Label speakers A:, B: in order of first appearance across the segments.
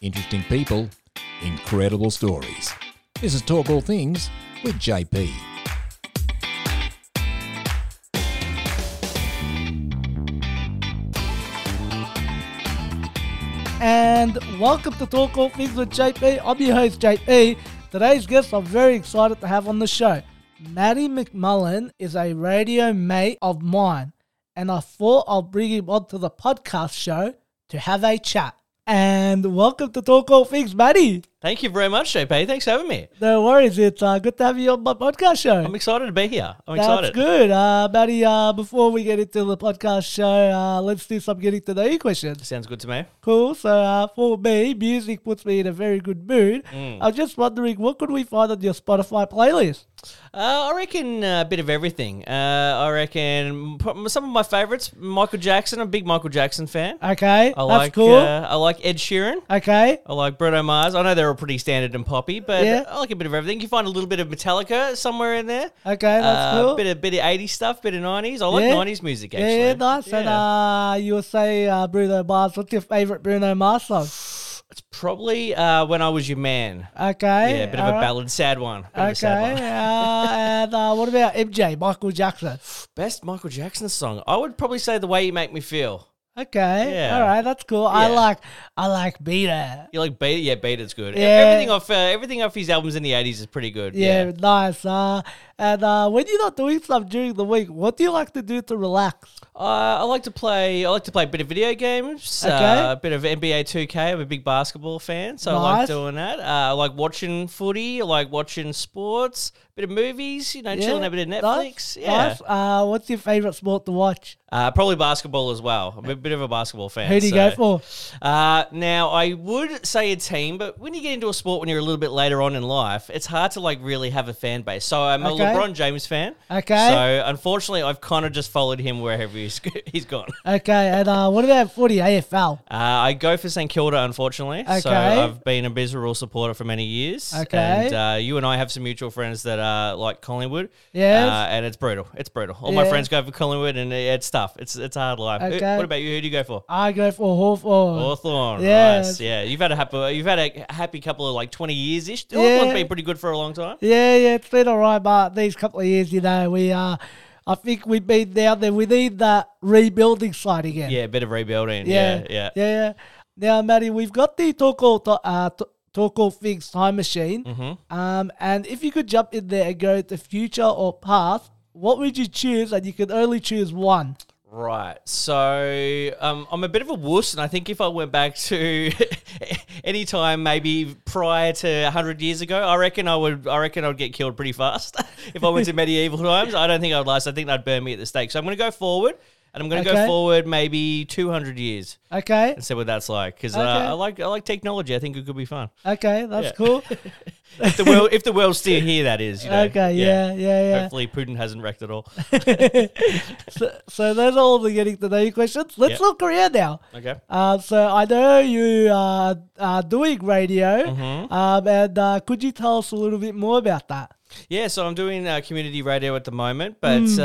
A: interesting people, incredible stories. This is Talk All Things with JP.
B: and welcome to Talk All Things with JP. I'm your host, JP. Today's guest I'm very excited to have on the show. Maddie McMullen is a radio mate of mine, and I thought I'll bring him onto the podcast show to have a chat. And welcome to Talk All Things, Maddie.
C: Thank you very much, JP. Thanks for having me.
B: No worries, it's uh, good to have you on my podcast show.
C: I'm excited to be here. I'm
B: That's
C: excited.
B: good. Uh, Maddie, uh, before we get into the podcast show, uh, let's do some getting to know you questions.
C: Sounds good to me.
B: Cool. So uh, for me, music puts me in a very good mood.
C: Mm.
B: I was just wondering, what could we find on your Spotify playlist?
C: Uh, I reckon uh, a bit of everything. Uh, I reckon pro- some of my favorites Michael Jackson. I'm a big Michael Jackson fan.
B: Okay,
C: I
B: that's
C: like,
B: cool.
C: uh, I like Ed Sheeran.
B: okay,
C: I like Bruno Mars. I know they're all pretty standard and poppy, but
B: Yeah.
C: I like a bit of everything. You find a little bit of Metallica somewhere in there.
B: okay, that's
C: uh,
B: cool.
C: Bit of bit of 80s stuff, bit of 90s. I like
B: Yeah.
C: 90s music
B: yeah,
C: actually.
B: yeah, nice. And
C: Yeah.
B: uh, you will say uh, Bruno Mars. What's your favorite Bruno Mars song?
C: it's probably uh, when I was your man.
B: Okay,
C: Yeah, a bit of a
B: alright.
C: ballad, sad one. Bit of a sad one.
B: Okay, uh, and uh, what about MJ, Michael Jackson?
C: Best Michael Jackson song. I would probably say The Way You Make Me Feel.
B: Okay,
C: Yeah.
B: all right, that's cool. I
C: Yeah.
B: like, I like Be There.
C: You like Beat It? Yeah, Beat It's good.
B: Yeah.
C: Everything off uh, everything off his albums in the 80s is pretty good.
B: Yeah,
C: Yeah.
B: nice. Uh, and uh, when you're not doing stuff during the week, what do you like to do to relax?
C: Uh, I like to play I like to play a bit of video games,
B: Okay.
C: uh, a bit of NBA 2K. I'm a big basketball fan, so I
B: Nice.
C: like doing that. Uh, I like watching footy, I like watching sports, bit of movies, you know, chilling a bit of
B: Nice,
C: Netflix. Yeah.
B: nice. Uh, what's your favorite sport to watch?
C: Uh, probably basketball as well. I'm a bit of a basketball fan.
B: Who do you
C: so-
B: go for?
C: Uh, now, I would say a team, but when you get into a sport when you're a little bit later on in life, it's hard to like really have a fan base. So I'm
B: Okay.
C: a LeBron James fan.
B: Okay.
C: So unfortunately, I've kind of just followed him wherever he's, he's gone.
B: Okay, and uh, what about footy AFL?
C: Uh, I go for St Kilda, unfortunately.
B: Okay.
C: So I've been a Bismarck supporter for many years.
B: Okay.
C: And uh, you and I have some mutual friends that are like Collingwood.
B: Yes.
C: Uh, and it's brutal. It's brutal. All
B: Yeah.
C: my friends go for Collingwood, and it's tough. It's it's a hard life. Who-
B: Okay.
C: what about you? Who do you go for?
B: I go for Hawthorn.
C: Hawthorn,
B: Yes.
C: nice. Yeah, you've had a happy, you've had a happy couple of like twenty years ish.
B: Yeah.
C: Hawthorn's been pretty good for a long time.
B: Yeah, yeah, it's been alright, but these couple of years, you know, we uh, I think we've been down there. We need that rebuilding side again.
C: Yeah, a bit of rebuilding.
B: yeah,
C: Yeah, yeah.
B: yeah, yeah. Now, Maddie, we've got the talk all to, uh, t- talk all things time machine.
C: Mm-hmm.
B: Um, and if you could jump in there and go to future or past, what would you choose? And you could only choose one.
C: Right. So um, I'm a bit of a wuss, and I think if I went back to any time, maybe prior to hundred years ago, I reckon I would. I reckon I'd get killed pretty fast if I went to medieval times. I don't think I'd last. I think they'd burn me at the stake. So I'm going to go forward, and I'm going to
B: Okay.
C: go forward maybe two hundred years
B: Okay,
C: and see what that's like because
B: Okay.
C: uh, I like I like technology. I think it could be fun.
B: okay, that's
C: Yeah.
B: cool.
C: if the world if the world's still here, that is. You know,
B: Okay, yeah, yeah, yeah.
C: Hopefully, Putin hasn't wrecked it all.
B: so, so those are all the getting to know you questions. Let's
C: Yep.
B: look around now.
C: Okay.
B: Um, so I know you are, are doing radio,
C: Mm-hmm.
B: um, and uh, could you tell us a little bit more about that?
C: Yeah, so I'm doing uh, community radio at the moment, but
B: Hmm.
C: uh,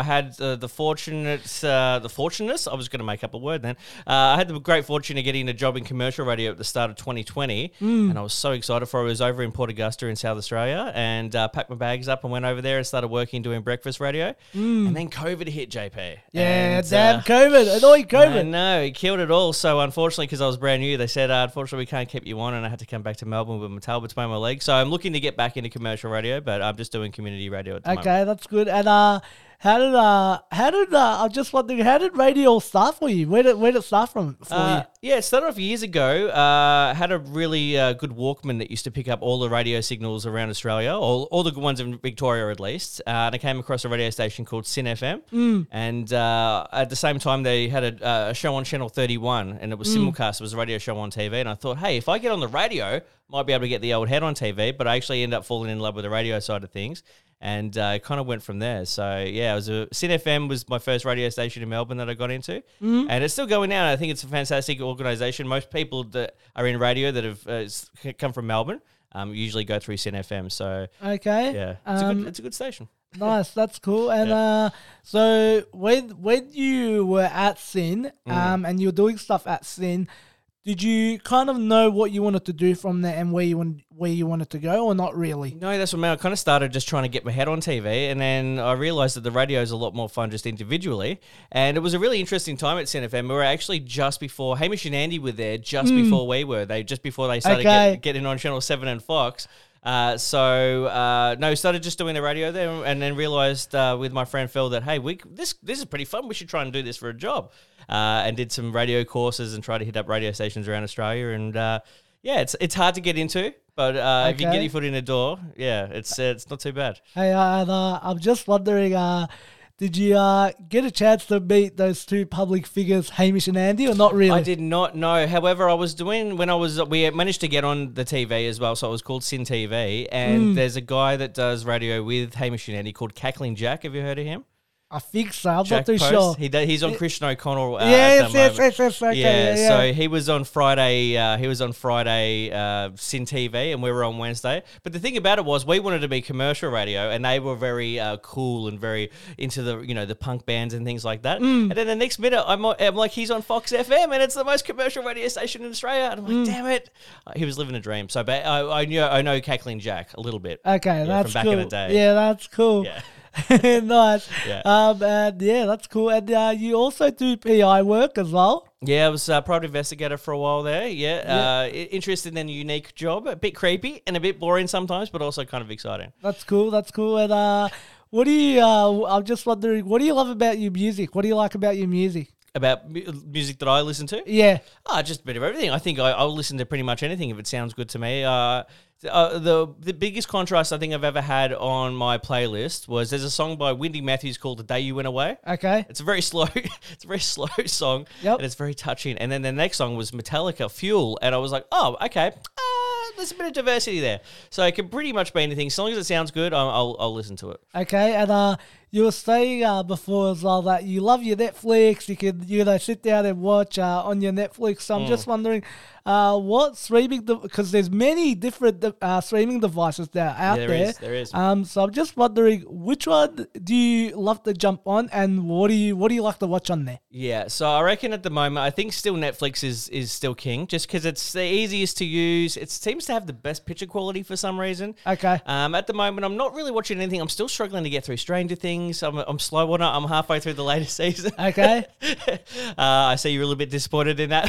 C: I had uh, the fortunate, uh, the fortunateness. I was going to make up a word then. Uh, I had the great fortune of getting a job in commercial radio at the start of 2020,
B: Hmm.
C: and I was so excited for it. I was over in Port Augusta in South Australia, and uh, packed my bags up and went over there and started working doing breakfast radio. And then COVID hit, JP.
B: Hmm. Yeah,
C: And,
B: damn
C: uh,
B: COVID, annoying
C: I
B: COVID.
C: know, he killed it all. So unfortunately, because I was brand new, they said, uh, unfortunately, we can't keep you on, and I had to come back to Melbourne with my tail between my legs. So I'm looking to get back into commercial radio, but I'm just doing community radio at the moment.
B: Okay, that's good. And uh, how did uh, how did uh, I'm just wondering, how did radio start for you? Where did where did it start from for
C: Uh, yeah, it started off years ago. Uh, had a really uh, good Walkman that used to pick up all the radio signals around Australia, all, all the good ones in Victoria at least. Uh, and I came across a radio station called Sin FM. And uh, at the same time, they had a, a show on Channel 31 and it was simulcast. It was a radio show on TV. And I thought, hey, if I get on the radio, might be able to get the old head on TV. But I actually ended up falling in love with the radio side of things. And uh, kind of went from there. So yeah, it was a Sin FM was my first radio station in Melbourne that I got into, and it's still going now. And I think it's a fantastic organisation. Most people that are in radio that have uh, s- c- come from Melbourne um, usually go through Sin FM. So
B: you? Okay,
C: yeah, it's, a,
B: um,
C: good, it's a good station.
B: nice. That's cool. And uh, so when when you were at Sin, um, and you were doing stuff at Sin. Did you kind of know what you wanted to do from there and where you want, where you wanted to go, or not really?
C: No, that's what I mean. I kind of started just trying to get my head on TV, and then I realised that the radio is a lot more fun just individually. And it was a really interesting time at CNFM. We were actually just before Hamish and Andy were there, just before we were. They just before they started
B: Okay.
C: get- getting on Channel Seven and Fox. Uh, so uh, no, started just doing the radio there, and then realised uh, with my friend Phil that hey, we this this is pretty fun. We should try and do this for a job, uh, and did some radio courses and tried to hit up radio stations around Australia. And uh, yeah, it's it's hard to get into, but uh, if you
B: Okay.
C: get your foot in the door, yeah, it's uh, it's not too bad.
B: Hey, uh, and, uh, I'm just wondering, uh, did you uh, get a chance to meet those two public figures, Hamish and Andy, or not really?
C: I did not know. However, I was doing when I was we managed to get on the TV as well, so it was called Sin TV. And there's a guy that does radio with Hamish and Andy called Cackling Jack. Have you heard of him?
B: I think so. I'm
C: Jack
B: not too
C: Post.
B: sure.
C: He do, he's on Christian O'Connell. Uh, at
B: yes,
C: the
B: yes,
C: moment.
B: yes, yes, okay,
C: yeah,
B: yeah, yeah.
C: so he was on Friday. Uh, he was on Friday uh, Sin TV, and we were on Wednesday. But the thing about it was, we wanted to be commercial radio, and they were very uh, cool and very into the you know the punk bands and things like that.
B: Mm.
C: And then the next minute, I'm, o- I'm like, he's on Fox FM, and it's the most commercial radio station in Australia. And I'm
B: Mm.
C: like, damn it, Uh, he was living a dream. So, but I, I knew I know Cackling Jack a little bit.
B: Okay,
C: yeah,
B: that's
C: from back
B: cool.
C: in the day.
B: Yeah, that's cool.
C: Yeah.
B: nice.
C: Yeah.
B: Um, and yeah, that's cool. And uh, you also do PI work as well.
C: Yeah, I was a private investigator for a while there. Yeah, Uh, i- interesting and unique job. A bit creepy and a bit boring sometimes, but also kind of exciting.
B: That's cool. That's cool. And uh, what do you? Uh, I'm just wondering, what do you love about your music? What do you like about your music?
C: About mu- music that I listen to?
B: Yeah.
C: Ah, just a bit of everything. I think I, I'll listen to pretty much anything if it sounds good to me. Uh, th- uh, the the biggest contrast I think I've ever had on my playlist was there's a song by Wendy Matthews called "The Day You Went Away."
B: Okay.
C: It's a very slow. it's a very slow song,
B: Yep.
C: and it's very touching. And then the next song was Metallica Fuel, and I was like, oh, okay. Uh, there's a bit of diversity there, so it can pretty much be anything. As long as it sounds good, I'll, I'll, I'll listen to it.
B: Okay. And uh, you were saying uh, before as well that you love your Netflix. You can you know sit down and watch uh, on your Netflix. So I'm
C: Mm.
B: just wondering, uh, what streaming? Because there's many different uh, streaming devices that are out
C: Yeah, there
B: there.
C: is, there is.
B: Um, so I'm just wondering, which one do you love to jump on, and what do you what do you like to watch on there?
C: Yeah, so I reckon at the moment, I think still Netflix is is still king, just because it's the easiest to use. It seems to have the best picture quality for some reason.
B: Okay.
C: Um, at the moment, I'm not really watching anything. I'm still struggling to get through Stranger Things. I'm, I'm slow on it. I'm halfway through the latest season.
B: Okay.
C: uh, I see you're a little bit disappointed in that.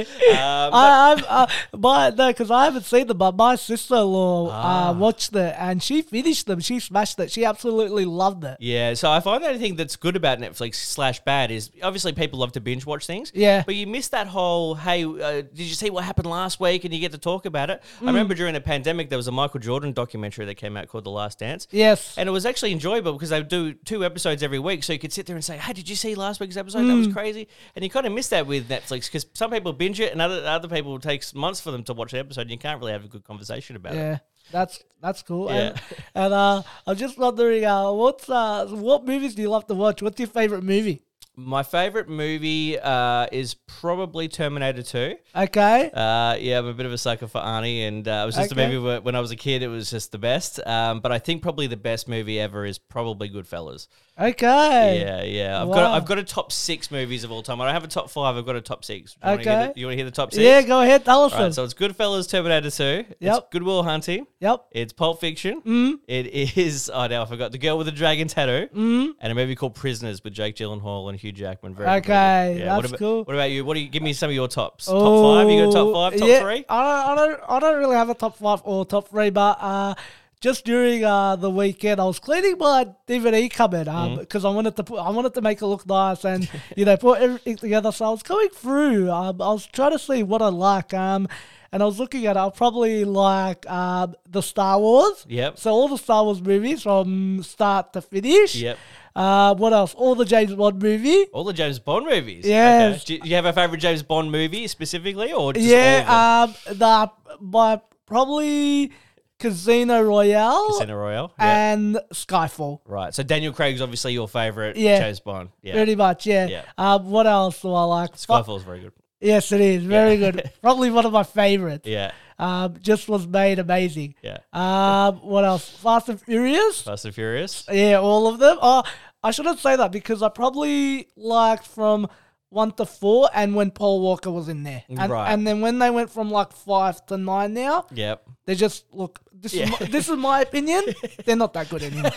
C: um,
B: I, I've, uh, my, no, because I haven't seen them, but my sister-in-law uh,
C: Ah.
B: watched it and she finished them. She smashed it. She absolutely loved it.
C: yeah, so I find anything that's good about Netflix slash bad is obviously people love to binge watch things.
B: Yeah.
C: But you miss that whole, hey, uh, did you see what happened last week? And you get to talk about it. I remember during the pandemic, there was a Michael Jordan documentary that came out called The Last Dance.
B: Yes.
C: And it was actually enjoyable because they would do two episodes every week. So you could sit there and say, hey, did you see last week's episode? That was crazy. And you kind of miss that with Netflix because some people binge it and other, other people it takes months for them to watch an episode and you can't really have a good conversation about it.
B: Yeah. That's that's cool. And,
C: Yeah.
B: and uh, I'm just wondering, uh, what's uh, what movies do you love to watch? What's your favorite movie?
C: My favorite movie uh, is probably Terminator 2.
B: Okay.
C: Uh, yeah, I'm a bit of a sucker for Arnie, and uh, it was just
B: Okay.
C: a movie where, when I was a kid, it was just the best. Um, but I think probably the best movie ever is probably Goodfellas.
B: Okay.
C: Yeah, yeah. I've
B: Wow.
C: got I've got a top six movies of all time. I don't have a top five. I've got a top six. Do you want to
B: Okay.
C: hear, the- you wanna hear the top six?
B: Yeah, go ahead. Tell us
C: All right,
B: them.
C: so it's Goodfellas, Terminator 2. It's
B: Yep.
C: Goodwill Hunting.
B: Yep.
C: It's Pulp Fiction.
B: Mm.
C: It is, oh, now I forgot. The Girl with the Dragon Tattoo. Mm. And a movie called Prisoners with Jake Gyllenhaal and Hugh Jackman. Very good
B: Okay,
C: movie.
B: that's
C: what about,
B: cool. Oh,
C: What about you? What do you give me some of your tops? top five? You got top five, top
B: yeah,
C: three?
B: I don't, I don't, I don't really have a top five or top three, but uh, just during uh, the weekend, I was cleaning my DVD cupboard
C: Mm.
B: because I wanted to put, I wanted to make it look nice and you know put everything together. So I was going through, um, I was trying to see what I like, um, and I was looking at, it, I probably like um, the Star Wars.
C: Yep.
B: So all the Star Wars movies from start to finish.
C: Yep.
B: Uh, what else? All the James Bond movie.
C: All the James Bond movies.
B: Yes.
C: Okay. Do you- do you have a favorite James Bond movie specifically, or just all of
B: yeah, um, the my probably Casino Royale
C: them? Casino Royale.
B: uh,
C: Yeah.
B: and Skyfall,
C: right. So Daniel Craig's obviously your favorite
B: Yeah.
C: James Bond. Yeah.
B: pretty much. Yeah.
C: Yeah.
B: Um, what else do I like? Fu-
C: Skyfall's very good.
B: yes, it is very good. probably one of my favorites.
C: Yeah.
B: Um, just was made amazing.
C: Yeah.
B: Um, what else? Fast and Furious.
C: Fast and
B: Uh,
C: Furious.
B: Yeah, all of them. Oh, I shouldn't say that because I probably liked from one to four, and when Paul Walker was in there, and,
C: Right.
B: and then when they went from like five to nine now,
C: Yep.
B: they just look. This
C: Yeah.
B: is my, this is my opinion. They're not that good anymore.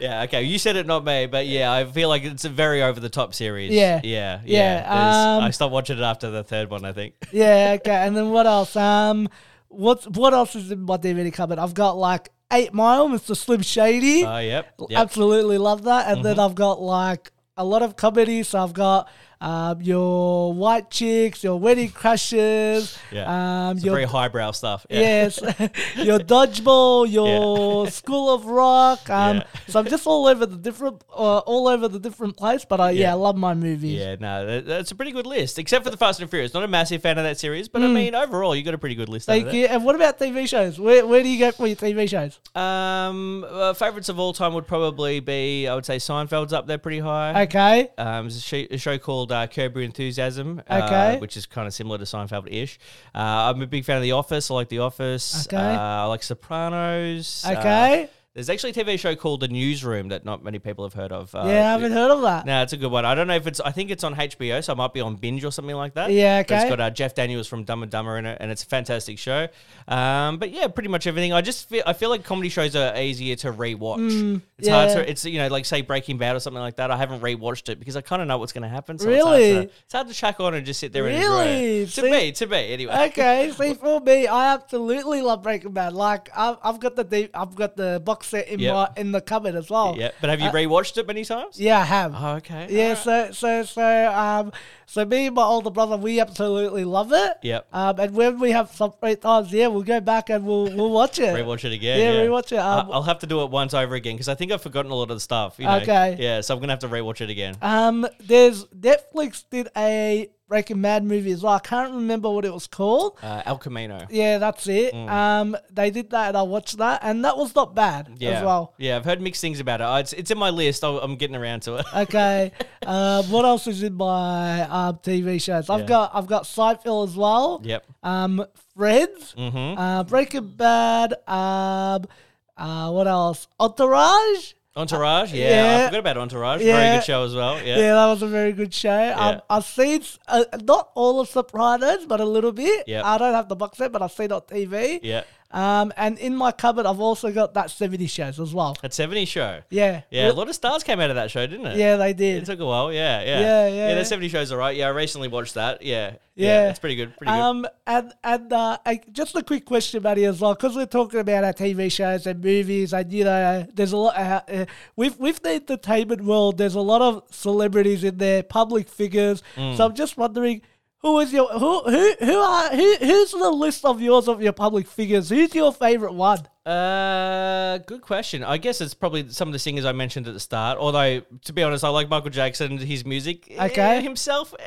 C: Yeah. Okay. You said it, not me. But yeah, I feel like it's a very over the top series.
B: Yeah.
C: Yeah.
B: Yeah,
C: There's-
B: um,
C: I stopped watching it after the third one. I think.
B: yeah, okay. And then what else? Um, what's what else is in my DVD cupboard? I've got like Eight Mile, Mr. Slim Shady.
C: Oh, yep. yep. Mm-hmm.
B: Absolutely love that. And then I've got like a lot of comedy. So I've got um, your White Chicks, your Wedding Crashes,
C: Yeah.
B: um,
C: It's
B: your
C: very highbrow stuff. Yeah.
B: yes, your dodgeball, your School of Rock. Um,
C: Yeah.
B: So I'm just all over the different, uh, all over the different place. But I, yeah.
C: Yeah.
B: I love my movies.
C: Yeah, no, that, that's a pretty good list, except for the Fast and Furious. Not a massive fan of that series, but I mean, overall, you got a pretty good list. out of
B: Hmm. Thank you. And what about TV shows? Where, where do you go for your TV shows?
C: that. Um, uh, favorites of all time would probably be, I would say, Seinfeld's up there pretty high.
B: Okay.
C: Um, there's a, sh- a show called uh, Curb Your Enthusiasm, uh,
B: Okay.
C: which is kind of similar to Seinfeld-ish. Uh, I'm a big fan of The Office. I like The Office.
B: Okay.
C: Uh, I like Sopranos. Uh,
B: Okay.
C: there's actually a TV show called The Newsroom that not many people have heard of. Uh,
B: yeah, I haven't heard of that.
C: No, it's a good one. I don't know if it's. I think it's on HBO, so it might be on binge or something like that.
B: Yeah,
C: But
B: okay.
C: it's got uh, Jeff Daniels from Dumb and Dumber in it, and it's a fantastic show. Um, but yeah, pretty much everything. I just feel, I feel like comedy shows are easier to rewatch. it's hard
B: Hmm, yeah.
C: to. It's you know like say Breaking Bad or something like that. I haven't rewatched it because I kind of know what's going to happen. So
B: Really?
C: it's hard, to, it's hard to chuck on and just sit there and
B: Really?
C: enjoy it. To
B: See-
C: me, to me, anyway.
B: Okay, see for me, I absolutely love Breaking Bad. Like I've, I've got the D- I've got the box set in
C: Yep.
B: my in the cupboard as well.
C: Yeah, but have you rewatched it many times?
B: Uh, Yeah, I have.
C: Oh, okay.
B: Yeah,
C: Alright.
B: so so so um so me and my older brother we absolutely love it.
C: Yep.
B: Um and when we have some free times, yeah, we'll go back and we'll we'll watch it.
C: Rewatch it again.
B: Yeah,
C: Yeah,
B: rewatch it. Um,
C: I- I'll have to do it once over again because I think I've forgotten a lot of the stuff. You know?
B: Okay.
C: Yeah, so I'm gonna have to rewatch it again.
B: Um there's Netflix did a Breaking Bad movie as well. I can't remember what it was called.
C: Uh, El Camino.
B: Yeah, that's it.
C: Mm.
B: Um they did that and I watched that and that was not bad
C: Yeah.
B: as well.
C: Yeah, I've heard mixed things about it. Uh, It's, it's in my list. I'll, I'm getting around to it.
B: Okay. um, what else is in my um, TV shows? I've
C: Yeah.
B: got I've got Seinfeld as well.
C: Yep.
B: Um, Friends.
C: Mm-hmm.
B: Uh, Breaking Bad. Um, uh, what else? Entourage.
C: Entourage. Yeah,
B: yeah.
C: I forgot about Entourage.
B: Yeah.
C: Very good show as well. Yeah.
B: Yeah. that was a very good show. Um,
C: Yeah.
B: I've seen s- uh, not all of Sopranos, but a little bit.
C: Yep.
B: I don't have the box set, but I've seen it on TV.
C: Yeah.
B: Um, and in my cupboard, I've also got that 70 shows as well.
C: That 70s show.
B: Yeah.
C: Yeah, a lot of stars came out of that show, didn't it?
B: Yeah, they
C: It
B: did.
C: took a while. Yeah, yeah.
B: Yeah, yeah,
C: Yeah,
B: yeah.
C: that 70 show's all right. Yeah, I recently watched that. Yeah.
B: Yeah.
C: it's pretty good. Pretty good.
B: Um, and and uh, I, just a quick question, Matty, as well, because we're talking about our TV shows and movies, and you know, there's a lot. Uh, uh, with with the entertainment world, there's a lot of celebrities in there, public figures.
C: Mm.
B: So I'm just wondering, who is your who who who are who who's the list of yours of your public figures? Who's your favorite one?
C: Uh, good question. I guess it's probably some of the singers I mentioned at the start. Although, to be honest, I like Michael Jackson, his music. Eh,
B: Okay.
C: himself, eh,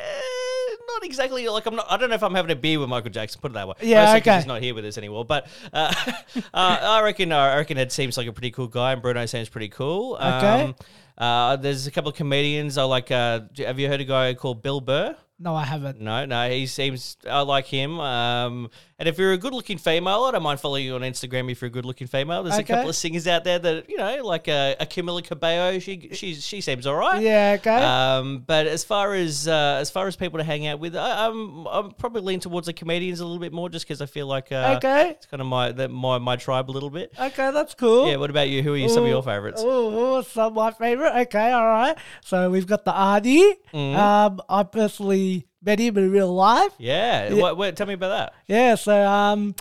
C: not exactly like I'm not. I don't know if I'm having a beer with Michael Jackson. Put it that way.
B: Yeah,
C: Mostly 'cause
B: okay.
C: He's not here with us anymore. But uh, uh, I reckon I reckon it seems like a pretty cool guy, and Bruno seems pretty cool.
B: Okay.
C: Um, uh, there's a couple of comedians I like. Uh, have you heard a guy called Bill Burr?
B: No, I haven't.
C: No, no, he seems I like him. Um, and if you're a good-looking female, I don't mind following you on Instagram if you're a good-looking female. There's
B: Okay.
C: a couple of singers out there that you know, like uh, a Camila Cabello. She she she seems all right.
B: Yeah, okay.
C: Um, but as far as uh, as far as people to hang out with, I, I'm I'm probably lean towards the comedians a little bit more, just because I feel like uh,
B: okay,
C: it's kind of my that my my tribe a little bit.
B: okay, that's cool.
C: Yeah. What about you? Who are you, some of your favorites?
B: Oh, some of my favorite. Okay, all right. So we've got the Arnie.
C: Mm-hmm.
B: Um, I personally met him in real life. Yeah.
C: Yeah. What, what, tell me about that.
B: so um,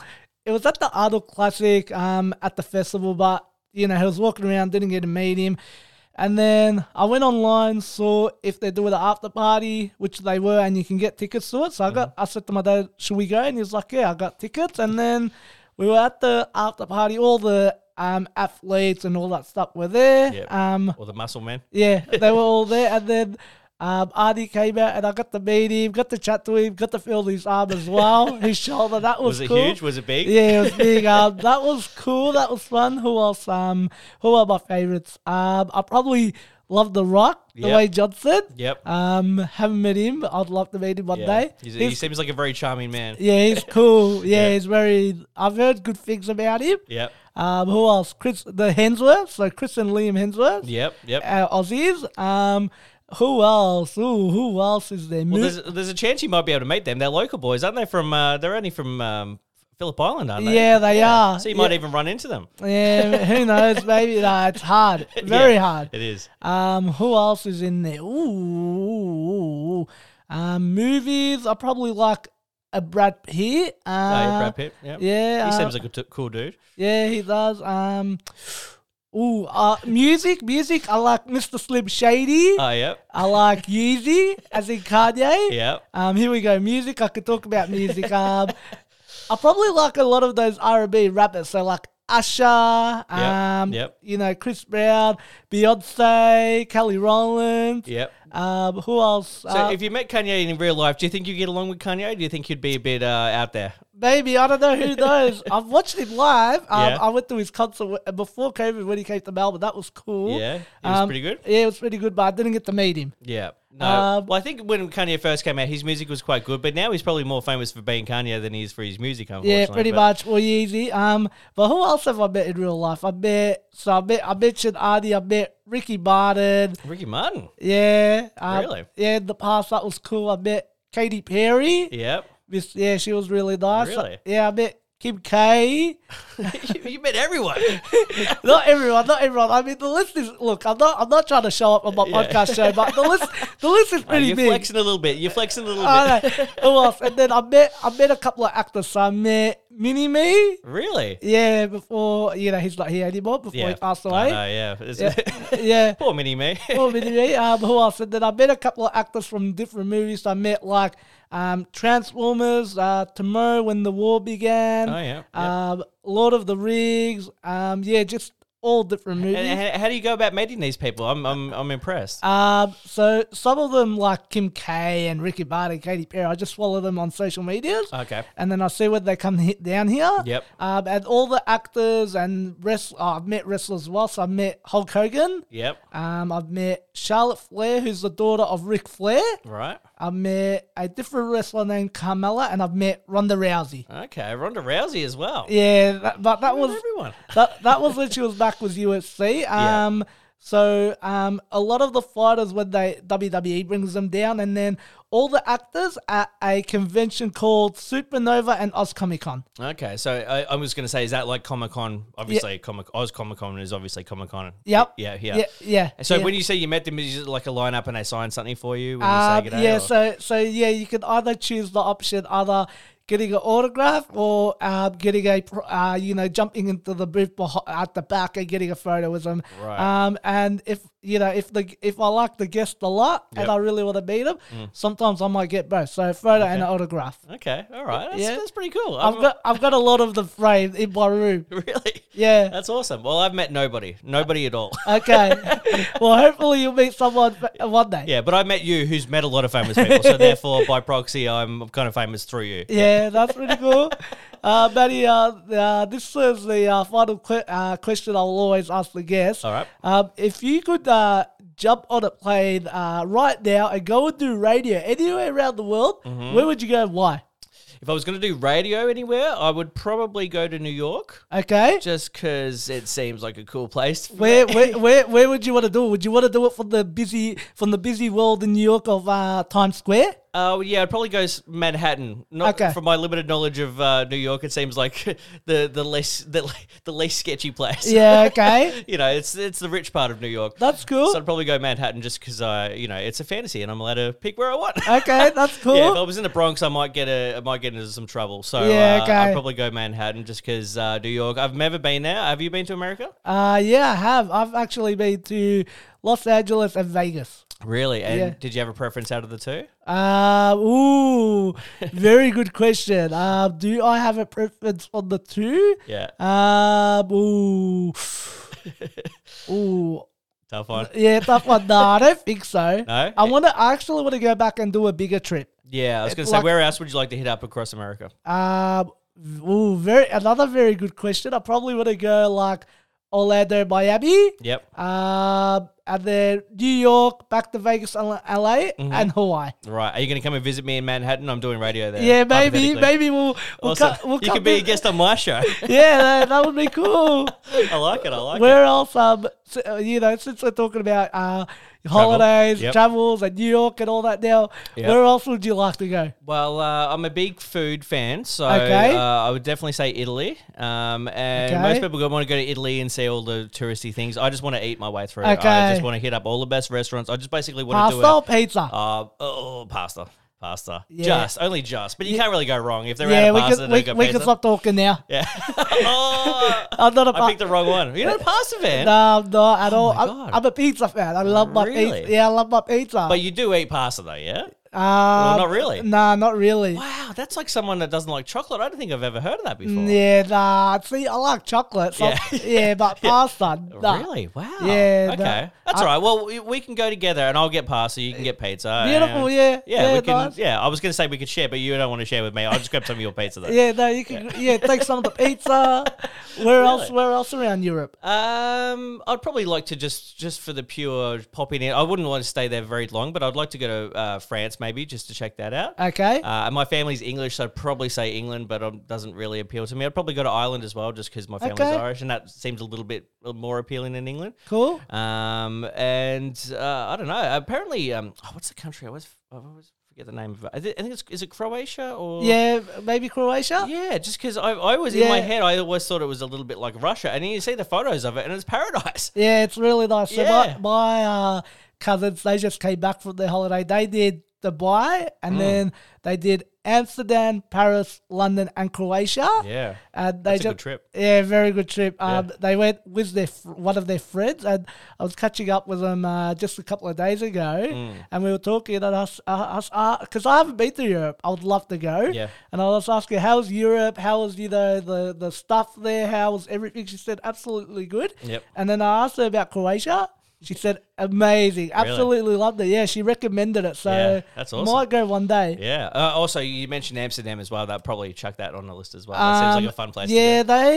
B: it was at the Arnold Classic um at the festival, but you know he was walking around, didn't get to meet him. And then I went online, saw if they're doing an after party, which they were, and you can get tickets to it. So I got, I said to my dad, "Should we go?" And he was like, "Yeah, I got tickets." And then we were at the after party. All the um, athletes and all that stuff were there.
C: Yep.
B: Um,
C: Or Oh, the muscle man.
B: yeah, they were all there, and then um, Arnie came out, and I got to meet him, got to chat to him, got to feel his arm as well, his shoulder. That was,
C: Was it
B: cool.
C: huge? Was it big?
B: Yeah, it was big. Um, that was cool. That was fun. Who else? Um, who are my favorites? Um, I probably love The Rock, the
C: Yep.
B: way Johnson.
C: Yep.
B: Um, haven't met him. I'd love to meet him one
C: Yeah.
B: day.
C: He's- he
B: He's-
C: seems like a very charming man.
B: yeah, he's cool. Yeah,
C: Yeah.
B: he's very. I've heard good things about him.
C: Yep.
B: Um, who else? Chris, the Hensworth. So Chris and Liam Hensworth
C: Yep. Yep.
B: uh, Aussies. uh, Um, Who else? Ooh, who else is there?
C: Well,
B: Mo-
C: there's, there's a chance you might be able to meet them. They're local boys, aren't they? From uh, they're only from um, Phillip Island, aren't they?
B: Yeah, they are.
C: So you might
B: Yeah.
C: even run into them.
B: yeah, who knows? Maybe no, it's hard. Very
C: Yeah,
B: hard.
C: It is.
B: Um, who else is in there? Ooh, ooh, ooh, ooh. Um, movies. I probably like a Brad Pitt. Uh,
C: Oh, yeah, Brad Pitt. Yeah.
B: Yeah,
C: He
B: uh,
C: seems like a t- cool dude.
B: yeah, he does. Um, ooh, uh, music, music. I like Mr. Slim Shady.
C: Oh, yeah.
B: I like Yeezy, as in Kanye.
C: Yeah.
B: Um, here we go. Music. I could talk about music. Um, I probably like a lot of those R and B rappers. So like Usher. Um,
C: yep.
B: you know Chris Brown, Beyonce, Kelly Rowland.
C: Yep.
B: Um, who else?
C: So
B: Uh,
C: if you met Kanye in real life, do you think you get along with Kanye? Do you think you'd be a bit uh, out there?
B: maybe I don't know who knows. I've watched him live. Um,
C: Yeah.
B: I went to his concert w- before COVID when he came to Melbourne. That was cool. Um,
C: Yeah, he was pretty good?
B: Yeah, it was pretty good, but I didn't get to meet him.
C: Yeah. No.
B: Um,
C: well, I think when Kanye first came out, his music was quite good, but now he's probably more famous for being Kanye than he is for his music. Unfortunately.
B: Yeah, pretty
C: but-
B: much. Well, Yeezy. Um, but who else have I met in real life? I met so I met I mentioned Adi. I met Ricky Martin.
C: Ricky Martin.
B: Yeah. Um,
C: Really?
B: Yeah, in the past that was cool. I met Katy Perry.
C: Yep.
B: Miss, yeah, she was really nice.
C: Really?
B: Yeah, I met Kim K.
C: you, you met everyone.
B: not everyone, not everyone. I mean, the list is look. I'm not. I'm not trying to show up on my
C: Yeah.
B: podcast show, but the list, the list is pretty
C: You're
B: big. Oh,
C: flexing a little bit. You're flexing a little
B: I
C: bit.
B: know. Who else? And then I met. I met a couple of actors. So I met Mini Me.
C: Really?
B: Yeah, before you know he's not here anymore. Before he passed
C: I
B: away.
C: know, yeah. It's-
B: eh? yeah.
C: Poor mini me.
B: Well, Mini Me. Um, who else? And then I met a couple of actors from different movies. I met like um, Transformers, uh, Tomorrow When the War Began.
C: Oh, yeah, yeah.
B: Um, Lord of the Rings. Um, yeah, just all different movies.
C: and how, how do you go about meeting these people? I'm I'm, I'm impressed.
B: Um, so some of them like Kim K and Ricky Martin, Katy Perry. I just follow them on social medias.
C: Okay.
B: And then I see whether they come hit down here.
C: Yep.
B: Um, and all the actors and wrestlers. Oh, I've met wrestlers as well. So I've met Hulk Hogan.
C: yep.
B: Um, I've met Charlotte Flair, who's the daughter of Ric Flair.
C: Right.
B: I've met a different wrestler named Carmella, and I've met Ronda Rousey.
C: Okay. Ronda Rousey as well.
B: Yeah, that, but that
C: Well,
B: was
C: everyone.
B: that that was when she was back with UFC.
C: Yeah.
B: Um, so um, a lot of the fighters when they WWE brings them down, and then all the actors at a convention called Supernova and Oz Comic Con.
C: Okay. So I, I was going to say, is that like Comic Con? Obviously, Comic Oz Comic Con is obviously Comic Con.
B: Yep.
C: Yeah. Yeah.
B: Yeah, yeah.
C: So
B: yeah.
C: when you say you met them, is it like a line up and they sign something for you when
B: Um,
C: you say g'day?
B: yeah,
C: or-
B: so so yeah, you can either choose the option either getting an autograph or um, getting a pr- uh, you know jumping into the booth behi- at the back and getting a photo with them.
C: Right.
B: Um, and if you know if the if I like the guest a lot
C: Yep. Mm.
B: and I really want to meet them, sometimes I might get both. So a photo and an autograph.
C: okay. All right. That's,
B: Yeah.
C: that's pretty cool.
B: I've
C: I'm-
B: got I've got a lot of the frame in my room.
C: really.
B: Yeah.
C: That's awesome. Well, I've met nobody. Nobody at all.
B: Okay. well, hopefully you'll meet someone f- one day.
C: Yeah, but I met you, who's met a lot of famous people. So therefore, by proxy, I'm kind of famous through you.
B: Yeah, that's pretty cool. Uh, Matty, uh, uh, this is the uh, final que- uh, question I'll always ask the guests.
C: All right.
B: Um, if you could uh, jump on a plane uh, right now and go and do radio anywhere around the world,
C: Mm-hmm.
B: where would you go and why?
C: If I was going to do radio anywhere, I would probably go to New York,
B: Okay.
C: just because it seems like a cool place. for
B: Where,
C: that.
B: where, where, where would you want to do it? Would you want to do it from the busy from the busy world in New York of uh, Times Square?
C: Uh, well, yeah, I'd probably go s- Manhattan. Not
B: Okay.
C: from my limited knowledge of uh, New York, it seems like the the less the, le- the least sketchy place.
B: Yeah, okay.
C: you know, it's it's the rich part of New York.
B: That's cool.
C: so I'd probably go Manhattan just because I, you know, it's a fantasy and I'm allowed to pick where I want.
B: Okay, that's cool.
C: Yeah, if I was in the Bronx, I might get a, I might get into some trouble. So
B: Yeah,
C: uh,
B: okay.
C: I'd probably go Manhattan just because uh, New York. I've never been there. Have you been to America?
B: Uh, yeah, I have. I've actually been to Los Angeles and Vegas.
C: Really? And
B: Yeah.
C: did you have a preference out of the two?
B: Uh, ooh, very good question. Um, do I have a preference on the two?
C: Yeah,
B: Um, ooh, ooh,
C: tough one.
B: yeah, tough one. No, I don't think so.
C: No?
B: I want to. I actually want to go back and do a bigger trip.
C: Yeah, I was gonna say,
B: Like-
C: where else would you like to hit up across America?
B: Um, ooh, very another very good question. I probably want to go like Orlando, Miami.
C: Yep.
B: Um, and then New York, back to Vegas, and LA,
C: Mm-hmm.
B: and Hawaii.
C: Right. Are you going to come and visit me in Manhattan? I'm doing radio there.
B: Yeah, maybe,
C: hypothetically.
B: maybe we'll we'll,
C: Also,
B: cut, we'll
C: you
B: cut
C: could be a
B: this-
C: guest on my show.
B: Yeah, that, that would be cool.
C: I like it. I like it.
B: Where else? Um, s- uh, you know, since we're talking about uh, holidays,
C: Yep.
B: travels, and New York and all that now,
C: Yep.
B: where else would you like to go?
C: Well, uh, I'm a big food fan, so
B: Okay.
C: uh, I would definitely say Italy. Um, and
B: Okay.
C: most people go, want to go to Italy and see all the touristy things. I just want to eat my way through. I
B: Okay.
C: just want to hit up all the best restaurants. I just basically want to do
B: Pasta or
C: it.
B: pizza?
C: Uh, oh, pasta, pasta.
B: Yeah.
C: Just only just, but you can't really go wrong if they're
B: yeah,
C: out
B: we
C: of pasta.
B: can
C: they
B: we,
C: got
B: we
C: pizza.
B: can stop talking now.
C: Yeah. oh,
B: I'm not a
C: I
B: pa-
C: picked the wrong one. You're not a pasta fan,
B: no, I'm not at all.
C: my
B: I'm,
C: God.
B: I'm a pizza fan. I love my pizza.
C: Really?
B: Yeah, I love my pizza.
C: but you do eat pasta though, yeah.
B: Um,
C: not really.
B: Nah, not really.
C: Wow, that's like someone that doesn't like chocolate. I don't think I've ever heard of that before.
B: Mm, Yeah, nah. See, I like chocolate. So
C: Yeah.
B: yeah, but pasta. nah.
C: Really? Wow.
B: Yeah,
C: Okay.
B: that- I-
C: That's all right. Well, we, we can go together, and I'll get pasta. You can get pizza.
B: Beautiful,
C: and-
B: yeah.
C: Yeah.
B: Yeah,
C: we can,
B: nice.
C: Yeah. I was gonna say we could share, but you don't want to share with me. I'll just grab some of your pizza though.
B: Yeah, no, you can. Yeah, take some of the pizza. Where else?
C: Really?
B: Where else around Europe?
C: Um, I'd probably like to just just for the pure popping in. I wouldn't want to stay there very long, but I'd like to go to uh, France maybe just to check that out.
B: Okay.
C: Uh, and my family's English, so I'd probably say England, but it doesn't really appeal to me. I'd probably go to Ireland as well, just because my family's
B: Okay.
C: Irish, and that seems a little bit more appealing in England.
B: cool.
C: Um, and uh, I don't know. Apparently, um, oh, what's the country? I always, I always forget the name of it. I thi- I think it's is it Croatia or
B: Yeah, maybe Croatia.
C: Yeah, just because I, I was in my
B: Yeah.
C: head, I always thought it was a little bit like Russia, and then you see the photos of it, and it's paradise.
B: Yeah, it's really nice. So
C: Yeah.
B: my, my uh, cousins, they just came back from their holiday. They did Dubai
C: Mm.
B: and then they did Amsterdam, Paris, London, and Croatia.
C: Yeah,
B: And they
C: That's a
B: just,
C: good trip.
B: Yeah, very good trip. Um,
C: Yeah.
B: They went with their fr- one of their friends, and I was catching up with them uh, just a couple of days ago,
C: Mm.
B: and we were talking. And I was, because I haven't been to Europe, I would love to go.
C: Yeah.
B: And I was asking, how was Europe? How was you know the the stuff there? How was everything? She said absolutely good.
C: Yep.
B: And then I asked her about Croatia. She said amazing, absolutely loved it. Yeah, she recommended it. So
C: Yeah, that's awesome.
B: might go one day.
C: yeah. Uh, also, you mentioned Amsterdam as well. That probably chuck that on the list as well. That seems like
B: Um,
C: a fun place.
B: Yeah,
C: to
B: they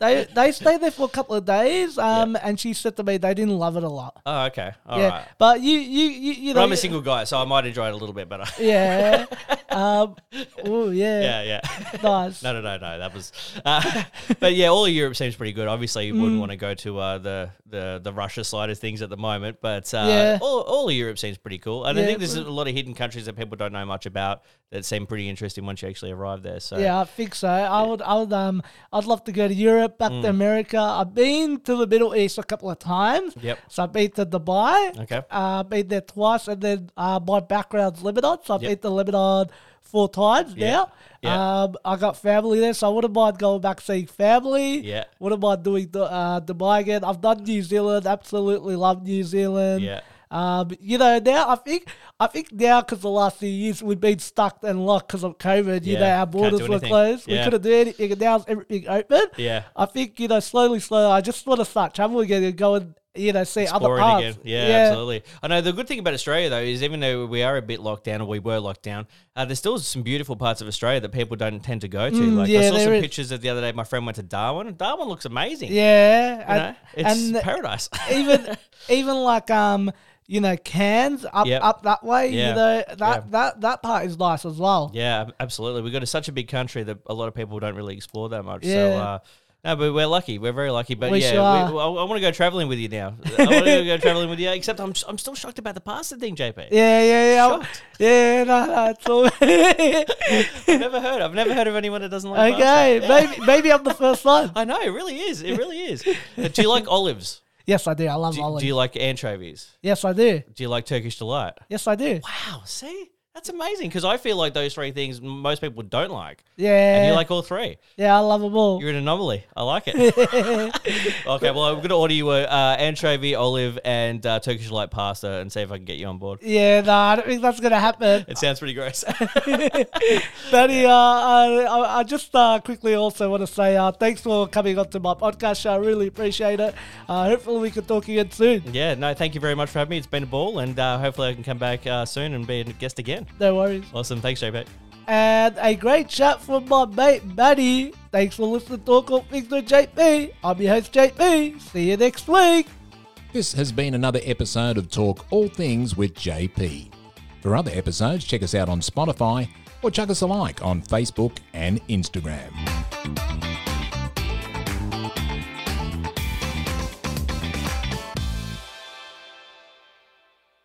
B: they they stayed there for a couple of days. Um, and she said to me they didn't love it a lot.
C: go. Oh, okay. All right.
B: yeah, but you you you, you know.
C: But I'm a single guy, so I might enjoy it a little bit better.
B: Yeah. um. Oh yeah.
C: yeah, yeah.
B: Nice.
C: No, no, no, no. That was, uh, but yeah, all of Europe seems pretty good. Obviously, you
B: Mm.
C: wouldn't want to go to uh, the, the the Russia side of things at the moment, but uh,
B: Yeah.
C: all, all of Europe seems pretty cool. And
B: Yeah,
C: I think there's a
B: but-
C: lot of hidden countries that people don't know much about that seem pretty interesting once you actually arrive there. So
B: Yeah, I think so. I would, I would, um, I'd love to go to Europe, back
C: Mm.
B: to America. I've been to the Middle East a couple of times.
C: Yep.
B: So I've been to Dubai.
C: Okay.
B: Uh, been there twice, and then uh, my background's Lebanon, so I've
C: Yep.
B: been to Lebanon four times
C: Yeah.
B: now.
C: Yeah.
B: Um, I got family there, so I wouldn't mind going back seeing family.
C: Yeah.
B: Wouldn't mind doing the, uh, Dubai again. I've done New Zealand. Absolutely love New Zealand.
C: Yeah.
B: Um, you know, now I think I think now because the last few years we've been stuck and locked because of COVID. You
C: Yeah,
B: know, our
C: can't do
B: borders were
C: anything.
B: closed. We
C: Yeah.
B: couldn't do anything. And now everything open.
C: Yeah.
B: I think you know, slowly, slowly. I just want to start traveling again and go and you know see other
C: Boring
B: parts.
C: again. Yeah, absolutely. I know the good thing about Australia though is even though we are a bit locked down or we were locked down, uh, there's still some beautiful parts of Australia that people don't tend to go to. like
B: Mm, yeah,
C: I saw
B: there
C: some
B: is.
C: pictures of the other day. My friend went to Darwin, and Darwin looks amazing.
B: Yeah,
C: you know? it's
B: and, and
C: paradise.
B: even even like um. You know, Cairns up
C: Yep.
B: up that way. You
C: Yeah.
B: know that,
C: Yeah.
B: that that part is nice as well.
C: Yeah, ab- absolutely. We go to such a big country that a lot of people don't really explore that much. So,
B: Yeah.
C: uh, no, but we're lucky. We're very lucky. But
B: We
C: yeah,
B: sure are.
C: we, I, want to go traveling with you now. I want to go traveling with you. Except I'm, I'm still shocked about the pasta thing, JP.
B: Yeah, yeah, yeah. I'm-
C: Shocked.
B: Yeah, no, no, it's all.
C: I've never heard. I've never heard of anyone that doesn't like
B: Okay,
C: pasta.
B: maybe maybe I'm the first one.
C: I know it really is. It really is. But do you like olives?
B: Yes, I do. I love
C: Do,
B: olives.
C: do you like anchovies?
B: yes, I do.
C: Do you like Turkish delight?
B: Yes, I do.
C: Wow, see, that's amazing. Because I feel like those three things most people don't like,
B: Yeah,
C: and you like all three.
B: yeah, I love them all.
C: You're an anomaly. I like it. okay, well, I'm going to order you a uh, anchovy, olive, and uh, Turkish light pasta and see if I can get you on board.
B: Yeah, no, I don't think that's gonna happen.
C: It sounds pretty gross.
B: But yeah, uh, I, I- I just uh, quickly also want to say uh, thanks for coming onto my podcast show. I really appreciate it. Uh, hopefully, we can talk again soon.
C: yeah, no, thank you very much for having me. It's been a ball, and uh, hopefully I can come back uh, soon and be a guest again.
B: No worries.
C: Awesome. Thanks, JP.
B: And a great chat from my mate Maddie. Thanks for listening to Talk All Things with JP. I'm your host JP. See you next week.
A: This has been another episode of Talk All Things with JP. For other episodes, check us out on Spotify or chuck us a like on Facebook and Instagram.